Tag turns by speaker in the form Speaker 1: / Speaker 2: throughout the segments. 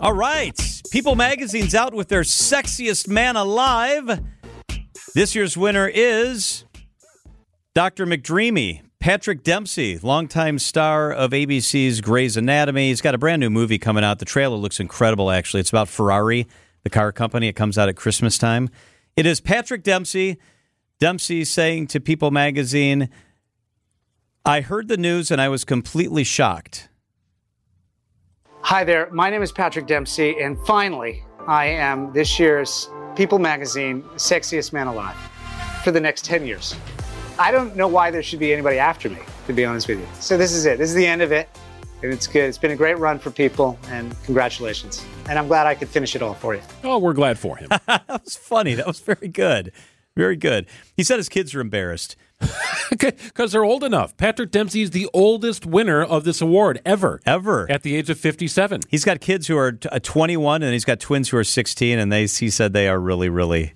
Speaker 1: All right. People Magazine's out with their sexiest man alive. This year's winner is Dr. McDreamy, Patrick Dempsey, longtime star of ABC's Grey's Anatomy. He's got a brand new movie coming out. The trailer looks incredible, actually. It's about Ferrari, the car company. It comes out at Christmas time. It is Patrick Dempsey. Dempsey saying to People Magazine, I heard the news and I was completely shocked.
Speaker 2: Hi there. My name is Patrick Dempsey, and finally, I am this year's People Magazine Sexiest Man Alive for the next 10 years. I don't know why there should be anybody after me, to be honest with you. So, this is it. This is the end of it, and it's good. It's been a great run for people, and congratulations. And I'm glad I could finish it all for you.
Speaker 3: Oh, we're glad for him.
Speaker 1: That was funny. That was very good. Very good. He said his kids are embarrassed.
Speaker 3: Because they're old enough. Patrick Dempsey is the oldest winner of this award ever.
Speaker 1: Ever.
Speaker 3: At the age of 57.
Speaker 1: He's got kids who are t- uh, 21, and he's got twins who are 16, and they he said they are really, really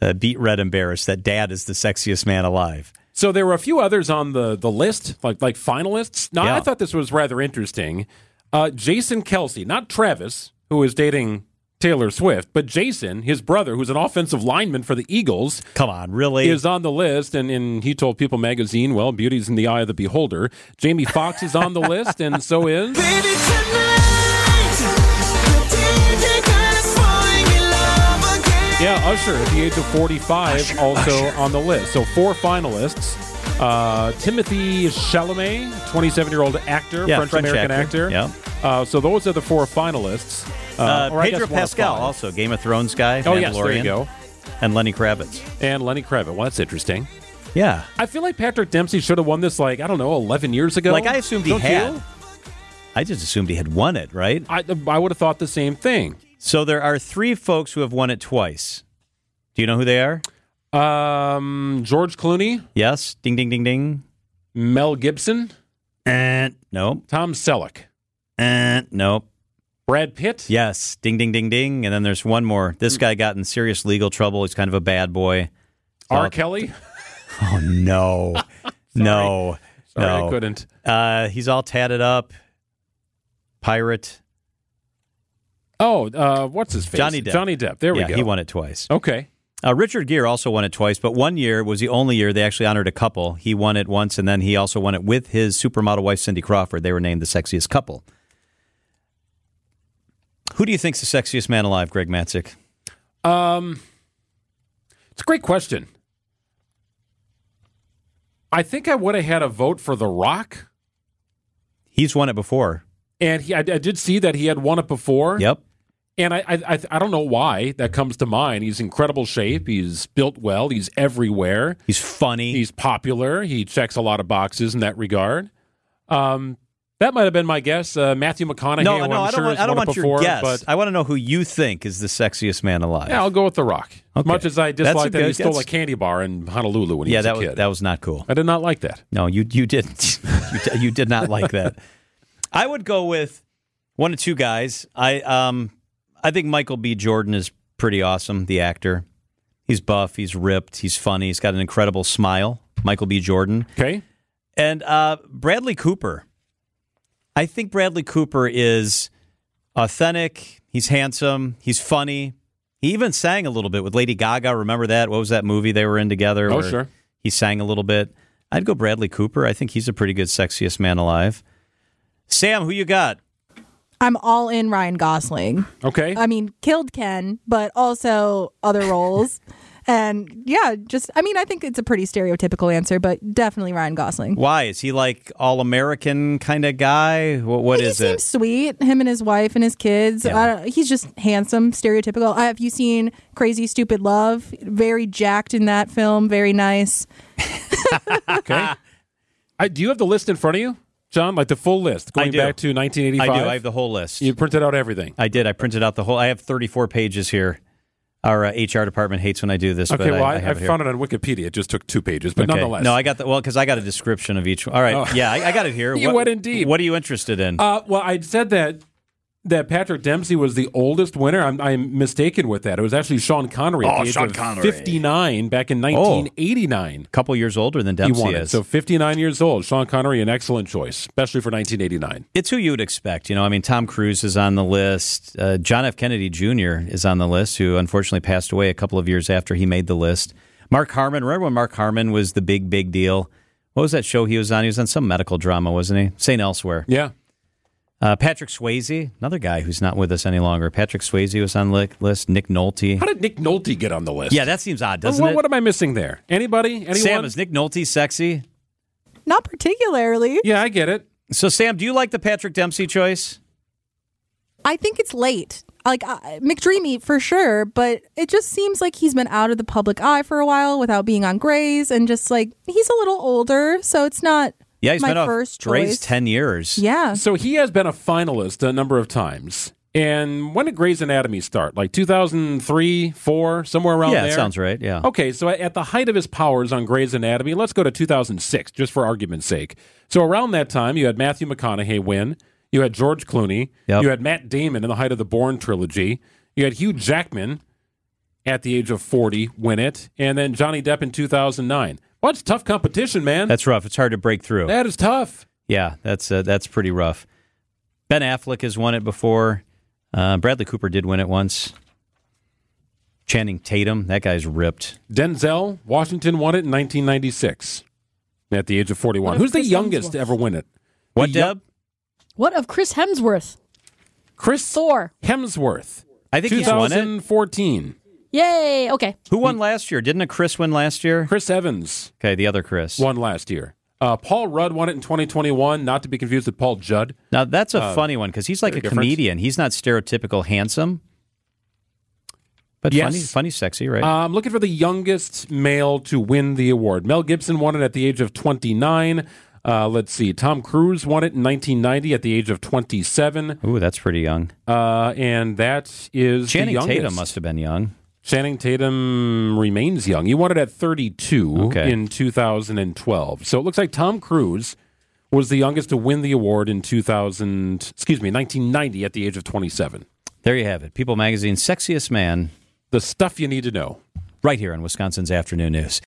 Speaker 1: uh, beat red embarrassed that dad is the sexiest man alive.
Speaker 3: So there were a few others on the, the list, like like finalists. Now
Speaker 1: Yeah.
Speaker 3: I thought this was rather interesting. Uh, Jason Kelsey, not Travis, who is dating Taylor Swift, but Jason, his brother, who's an offensive lineman for the Eagles,
Speaker 1: Come on, really?
Speaker 3: is on the list, and, and he told People Magazine, "Well, beauty's in the eye of the beholder." Jamie Foxx is on the list, and so is
Speaker 4: Baby, tonight, the DJ got us falling in love again.
Speaker 3: yeah Usher at the age of forty-five, also on the list. So four finalists: uh, Timothy Chalamet, twenty-seven-year-old actor,
Speaker 1: Yeah, French
Speaker 3: French-American
Speaker 1: actor.
Speaker 3: actor.
Speaker 1: Yeah.
Speaker 3: Uh, so those are the four finalists.
Speaker 1: uh,
Speaker 3: or I guess
Speaker 1: Pedro
Speaker 3: one of
Speaker 1: Pascal,
Speaker 3: five.
Speaker 1: also Game of Thrones guy,
Speaker 3: Oh
Speaker 1: Mandalorian,
Speaker 3: yes, there you go.
Speaker 1: and Lenny Kravitz.
Speaker 3: And Lenny Kravitz. Well, that's interesting.
Speaker 1: Yeah.
Speaker 3: I feel like Patrick Dempsey should have won this, like I don't know, eleven years ago.
Speaker 1: Like I assumed he
Speaker 3: Don't you?
Speaker 1: had. I just assumed he had won it, right?
Speaker 3: I, I would have thought the same thing.
Speaker 1: So there are three folks who have won it twice. Do you know who they are?
Speaker 3: Um, George Clooney,
Speaker 1: Yes. Ding, ding, ding, ding.
Speaker 3: Mel Gibson, Eh.
Speaker 1: And nope.
Speaker 3: Tom Selleck,
Speaker 1: And nope.
Speaker 3: Brad Pitt.
Speaker 1: Yes. Ding, ding, ding, ding. And then there's one more.
Speaker 3: Hmm.
Speaker 1: This guy got in serious legal trouble. He's kind of a bad boy.
Speaker 3: R. Kelly.
Speaker 1: Oh, no. no.
Speaker 3: Sorry,
Speaker 1: no.
Speaker 3: I couldn't.
Speaker 1: Uh, he's all tatted up. Pirate.
Speaker 3: Oh, uh, what's his face?
Speaker 1: Johnny Depp.
Speaker 3: Johnny Depp. There
Speaker 1: yeah,
Speaker 3: we go.
Speaker 1: he won it twice.
Speaker 3: Okay.
Speaker 1: Uh, Richard Gere also won it twice, but one year was the only year they actually honored a couple. He won it once, and then he also won it with his supermodel wife, Cindy Crawford. They were named the sexiest couple. Who do you think's the sexiest man alive, Greg Matzik?
Speaker 3: Um, it's a great question. I think I would have had a vote for The Rock,
Speaker 1: He's won it before.
Speaker 3: and he, I, I did see that he had won it before.
Speaker 1: Yep.
Speaker 3: And I, I, I, I don't know why that comes to mind. He's in incredible shape. He's built well. He's everywhere.
Speaker 1: He's funny.
Speaker 3: He's popular. He checks a lot of boxes in that regard. Um, that might have been my guess. Uh, Matthew McConaughey.
Speaker 1: no,
Speaker 3: who
Speaker 1: no,
Speaker 3: I'm
Speaker 1: I don't
Speaker 3: sure
Speaker 1: want,
Speaker 3: has
Speaker 1: I don't
Speaker 3: won it
Speaker 1: want
Speaker 3: before,
Speaker 1: your guess.
Speaker 3: But
Speaker 1: I want to know who you think is the sexiest man alive.
Speaker 3: yeah, I'll go with The Rock. As
Speaker 1: Okay.
Speaker 3: much as I
Speaker 1: That's a
Speaker 3: dislike that he
Speaker 1: good-
Speaker 3: stole
Speaker 1: that's-
Speaker 3: a candy bar in Honolulu when he
Speaker 1: Yeah,
Speaker 3: was
Speaker 1: that
Speaker 3: a
Speaker 1: was
Speaker 3: kid.
Speaker 1: that was not cool.
Speaker 3: I did not like that.
Speaker 1: No, you you didn't. you, d- you did not like that. I would go with one of two guys. I um I think Michael B. Jordan is pretty awesome. The actor, he's buff, he's ripped, he's funny, he's got an incredible smile. Michael B. Jordan
Speaker 3: Okay.
Speaker 1: and uh, Bradley Cooper. I think Bradley Cooper is authentic. He's handsome. He's funny. He even sang a little bit with Lady Gaga. Remember that? What was that movie they were in together?
Speaker 3: Oh,
Speaker 1: where
Speaker 3: sure.
Speaker 1: He sang a little bit. I'd go Bradley Cooper. I think he's a pretty good sexiest man alive. Sam, who you got?
Speaker 5: I'm all in Ryan Gosling.
Speaker 3: Okay.
Speaker 5: I mean, killed Ken, but also other roles. and yeah, just, I mean, I think it's a pretty stereotypical answer, but definitely Ryan Gosling.
Speaker 1: Why is he like all American kind of guy? What, what
Speaker 5: he
Speaker 1: is
Speaker 5: seems
Speaker 1: it?
Speaker 5: sweet. Him and his wife and his kids.
Speaker 1: Yeah.
Speaker 5: I don't- he's just handsome, stereotypical. Uh, have you seen Crazy Stupid Love? Very jacked in that film. Very nice.
Speaker 3: okay. I, do you have the list in front of you, John? Like the full list going
Speaker 1: do.
Speaker 3: back to 1985?
Speaker 1: I do. I have the whole list.
Speaker 3: you printed out everything.
Speaker 1: I did. I printed out the whole. I have 34 pages here. Our uh, HR department hates when I do this.
Speaker 3: Okay,
Speaker 1: but
Speaker 3: well,
Speaker 1: I,
Speaker 3: I,
Speaker 1: I
Speaker 3: I,
Speaker 1: have it here.
Speaker 3: found it on Wikipedia. It just took two pages, but
Speaker 1: Okay.
Speaker 3: nonetheless.
Speaker 1: No, I got the well because I got a description of each. one. All right,
Speaker 3: Oh.
Speaker 1: yeah, I, I got it here.
Speaker 3: You went in deep.
Speaker 1: What are you interested in?
Speaker 3: Uh, well, I said that that Patrick Dempsey was the oldest winner. I'm, I'm mistaken with that. It was actually Sean Connery. at
Speaker 1: Oh,
Speaker 3: the age
Speaker 1: Sean
Speaker 3: of
Speaker 1: Connery. Oh.
Speaker 3: 59 back in 1989.
Speaker 1: couple years older than
Speaker 3: He
Speaker 1: Dempsey
Speaker 3: won it.
Speaker 1: is.
Speaker 3: So 59 years old. Sean Connery, an excellent choice, especially for 1989.
Speaker 1: it's who you would expect. You know, I mean, Tom Cruise is on the list. Uh, John F. Kennedy Jr. is on the list, who unfortunately passed away a couple of years after he made the list. Mark Harmon. Remember when Mark Harmon was the big, big deal? What was that show he was on? He was on some medical drama, wasn't he? St. Elsewhere.
Speaker 3: Yeah.
Speaker 1: Uh, Patrick Swayze, another guy who's not with us any longer. Patrick Swayze was on the list. Nick Nolte.
Speaker 3: How did Nick Nolte get on the list?
Speaker 1: Yeah, that seems odd,
Speaker 3: What-
Speaker 1: doesn't
Speaker 3: what,
Speaker 1: it?
Speaker 3: what am I missing there? Anybody? Anyone?
Speaker 1: Sam, is Nick Nolte sexy?
Speaker 5: Not particularly.
Speaker 3: yeah, I get it.
Speaker 1: So, Sam, do you like the Patrick Dempsey choice?
Speaker 5: I think it's late. Like uh, McDreamy for sure, but it just seems like he's been out of the public eye for a while without being on Grays, and just like he's a little older, so it's not.
Speaker 1: Yeah, he's
Speaker 5: my
Speaker 1: been off
Speaker 5: first
Speaker 1: Dre's
Speaker 5: choice.
Speaker 1: 10 years.
Speaker 5: Yeah,
Speaker 3: So he has been a finalist a number of times. And when did Grey's Anatomy start? Like 2003, 4, somewhere around
Speaker 1: Yeah,
Speaker 3: there? Oh,
Speaker 1: it sounds right. Yeah.
Speaker 3: Okay, so at the height of his powers on Grey's Anatomy, let's go to 2006, just for argument's sake. So around that time, you had Matthew McConaughey win, you had George Clooney,
Speaker 1: Yep.
Speaker 3: you had Matt Damon in the height of the Bourne trilogy, you had Hugh Jackman at the age of 40 win it, and then Johnny Depp in 2009. Well, it's tough competition, man.
Speaker 1: That's rough. It's hard to break through.
Speaker 3: that is tough.
Speaker 1: yeah, that's uh, that's pretty rough. Ben Affleck has won it before. Uh, Bradley Cooper did win it once. Channing Tatum, that guy's ripped.
Speaker 3: Denzel Washington won it in 1996 at the age of 41.
Speaker 6: What if
Speaker 3: Who's the
Speaker 6: Chris
Speaker 3: youngest
Speaker 6: Hemsworth?
Speaker 3: to ever win it?
Speaker 1: What,
Speaker 3: The yo-
Speaker 1: Deb?
Speaker 6: What of Chris Hemsworth?
Speaker 3: Chris
Speaker 6: Thor.
Speaker 3: Hemsworth.
Speaker 1: I think he's won it.
Speaker 3: 2014.
Speaker 6: Yay. Okay.
Speaker 1: Who won last year? Didn't a Chris win last year?
Speaker 3: Chris Evans
Speaker 1: Okay, the other Chris.
Speaker 3: won last year. Uh, Paul Rudd won it in 2021, not to be confused with Paul Judd.
Speaker 1: Now that's
Speaker 3: Uh,
Speaker 1: a funny one because he's like a
Speaker 3: difference?
Speaker 1: comedian. He's not stereotypical handsome, but
Speaker 3: Yes.
Speaker 1: funny, funny, sexy, right?
Speaker 3: Uh, I'm looking for the youngest male to win the award. Mel Gibson won it at the age of 29. Uh, let's see. Tom Cruise won it in 1990 at the age of 27.
Speaker 1: Ooh, that's pretty young.
Speaker 3: Uh, and that is the
Speaker 1: Channing
Speaker 3: youngest.
Speaker 1: Tatum must have been young.
Speaker 3: Channing Tatum remains young. He won it at 32
Speaker 1: Okay.
Speaker 3: in 2012. So it looks like Tom Cruise was the youngest to win the award in 2000, excuse me, 1990 at the age of 27.
Speaker 1: There you have it. People Magazine, sexiest man,
Speaker 3: The stuff you need to know.
Speaker 1: right here on Wisconsin's Afternoon News.